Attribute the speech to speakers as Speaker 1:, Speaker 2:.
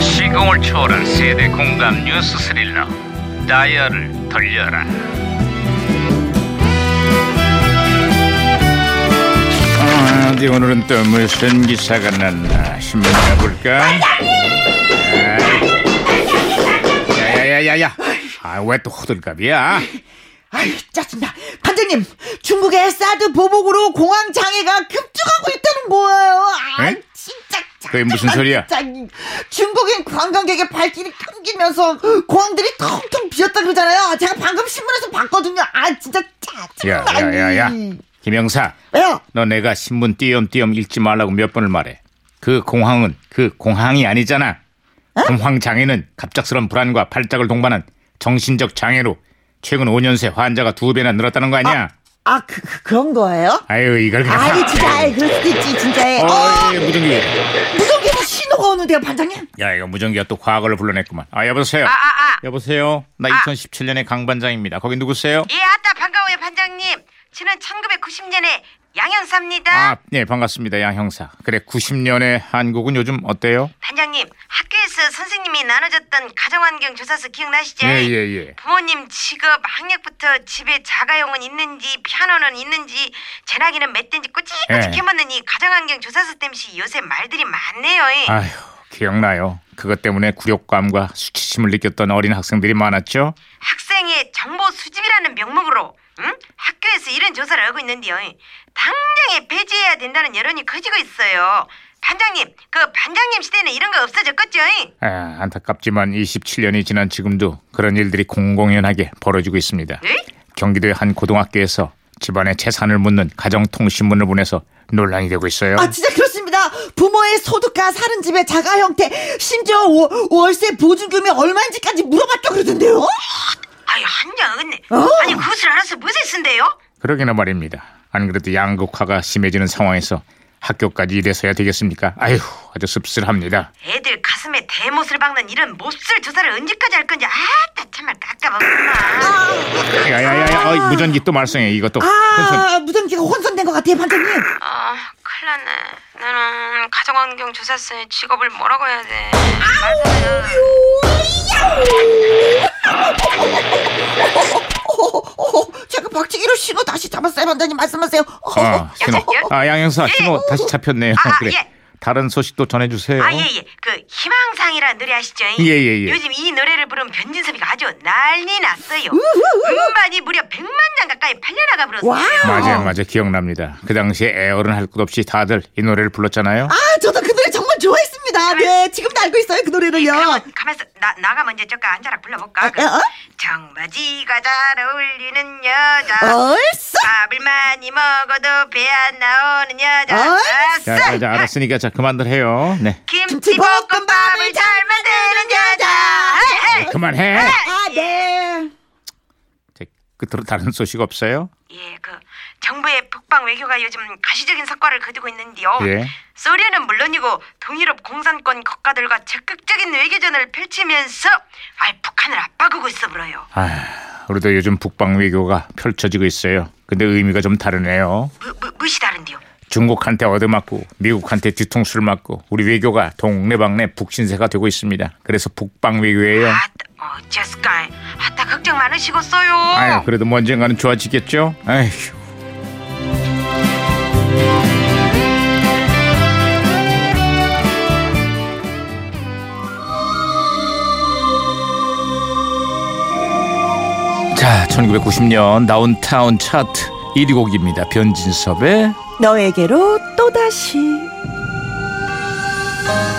Speaker 1: 시공을 초월한 세대 공감 뉴스 스릴러 다이얼을 돌려라 아, 어디 오늘은 또 무슨 기사가 났나 신문이나 볼까 아. 아이, 야야야야야 아, 왜 또 호들갑이야
Speaker 2: 아이 짜증나 반장님 중국의 사드 보복으로 공항 장애가 급증하고 있다는 거예요 아
Speaker 1: 에?
Speaker 2: 진짜 짜증나,
Speaker 1: 네? 그게 무슨 소리야?
Speaker 2: 진짜. 중국인 관광객의 발길이 끊기면서 공항들이 텅텅 비었다 그러잖아요 제가 방금 신문에서 봤거든요 아 진짜 짜증나
Speaker 1: 야야야야 김영사
Speaker 2: 왜요?
Speaker 1: 너 내가 신문 띄엄띄엄 읽지 말라고 몇 번을 말해. 그 공황은 그 공황이 아니잖아. 공황 장애는 갑작스런 불안과 발작을 동반한 정신적 장애로 최근 5년 새 환자가 두 배나 늘었다는 거 아니야?
Speaker 2: 아 그, 그- 그런 거예요?
Speaker 1: 아유 이걸 그냥.
Speaker 2: 아이 진짜 아이 그럴 수도 있지 진짜 어,
Speaker 1: 어이 무전기.
Speaker 2: 무전기에서 신호가 오는데요 반장님
Speaker 1: 야 이거 무전기가 또 과거를 불러냈구만. 아 여보세요. 여보세요. 나 2017년의 강 반장입니다. 거기 누구세요?
Speaker 3: 예, 아따 반가워요 반장님. 저는 1990년에 양현사입니다.
Speaker 1: 아, 예, 반갑습니다, 양 형사. 그래, 90년의 한국은 요즘 어때요?
Speaker 3: 반장님, 학교에서 선생님이 나눠줬던 가정환경 조사서 기억나시죠?
Speaker 1: 예, 예, 예.
Speaker 3: 부모님 직업, 학력부터 집에 자가용은 있는지, 피아노는 있는지, 전화기는 몇 대인지
Speaker 1: 예.
Speaker 3: 꾸지꾸지 캐묻는 이 가정환경 조사서 땜시 요새 말들이 많네요. 이.
Speaker 1: 아휴, 기억나요. 그것 때문에 굴욕감과 수치심을 느꼈던 어린 학생들이 많았죠.
Speaker 3: 학생의 정보 수집이라는 명목으로 응? 학교에서 이런 조사를 하고 있는데요. 당장에 폐지해야 된다는 여론이 커지고 있어요. 반장님, 그 반장님 시대는 이런 거 없어졌겠죠?
Speaker 1: 아, 안타깝지만 27년이 지난 지금도 그런 일들이 공공연하게 벌어지고 있습니다.
Speaker 3: 에?
Speaker 1: 경기도의 한 고등학교에서 집안의 재산을 묻는 가정통신문을 보내서 논란이 되고 있어요.
Speaker 2: 아 진짜 그렇습니다. 부모의 소득과 사는 집의 자가 형태, 심지어 월- 월세 보증금이 얼마인지까지 물어봤다 그러던데요.
Speaker 3: 아유, 한장 어긋네.
Speaker 2: 어?
Speaker 3: 아니, 그것을 알아서 무엇을 쓴대요?
Speaker 1: 그러기나 말입니다. 안 그래도 양극화가 심해지는 상황에서 학교까지 이래서야 되겠습니까? 아휴, 아주 씁쓸합니다.
Speaker 3: 애들 가슴에 대못을 박는 이런 몹쓸 조사를 언제까지 할 건지 아따 참말 깝깝하구나.
Speaker 1: 야야야야, 어이, 무전기 또 말썽해. 이것도 혼선.
Speaker 2: 아 무전기가 혼선된 것 같아요, 반장님.
Speaker 3: 아, 큰일 났네. 나는 가정환경 조사서의 직업을 뭐라고 해야 돼?
Speaker 2: 어, 제가 박치기로 신호 다시 잡았어요, 반장님 말씀하세요. 어,
Speaker 1: 아, 신호. 아, 양형사 신호 다시 잡혔네요.
Speaker 3: 예. 아,
Speaker 1: 그래.
Speaker 3: 예.
Speaker 1: 다른 소식도 전해주세요.
Speaker 3: 아 예예 그 희망상이라는 노래 아시죠?
Speaker 1: 예, 예, 예.
Speaker 3: 요즘 이 노래를 부른 변진섭이가 아주 난리 났어요 음반이 무려 100만 장 가까이 팔려나가 버렸어요
Speaker 2: 와우.
Speaker 1: 맞아요, 맞아요. 기억납니다. 그 당시에 애어른 할 것 없이 다들 이 노래를 불렀잖아요.
Speaker 2: 아 저도 그 노래 정말 좋아했습니다. 네, 지금도 알고 있어요 그 노래를요.
Speaker 3: 그러면 가만있어 나, 나가 먼저 잠깐 한 자락 불러볼까 그
Speaker 2: 어?
Speaker 3: 청바지가 잘 어울리는 여자
Speaker 2: 얼싸.
Speaker 3: 밥을 많이 먹어도 배 안 나오는 어? 여자
Speaker 1: 자,
Speaker 2: 얼싸.
Speaker 3: 예.
Speaker 1: 자, 자, 알았으니까 자 그만들 해요. 네.
Speaker 3: 김치볶음밥을 잘 만드는 여자
Speaker 1: 그만해.
Speaker 2: 아 네.
Speaker 1: 자, 끝으로 다른 소식 없어요?
Speaker 3: 예, 그 정부의 북방 외교가 요즘 가시적인 성과를 거두고 있는데요.
Speaker 1: 예.
Speaker 3: 소련은 물론이고 동유럽 공산권 국가들과 적극적인 외교전을 펼치면서 아, 북한을 압박하고 있어 불어요.
Speaker 1: 아, 우리도 요즘 북방 외교가 펼쳐지고 있어요. 근데 의미가 좀 다르네요.
Speaker 3: 무, 무, 무엇이 다른데요?
Speaker 1: 중국한테 얻어맞고 미국한테 뒤통수를 맞고 우리 외교가 동네방네 북신세가 되고 있습니다. 그래서 북방 외교예요.
Speaker 3: 아따, 어째스까? 아따 걱정 많으시겠어요.
Speaker 1: 아유, 그래도 뭐 언젠가는 좋아지겠죠? 아휴. 자, 1990년 다운타운 차트 1위 곡입니다. 변진섭의
Speaker 2: 너에게로 또 다시.
Speaker 1: 아,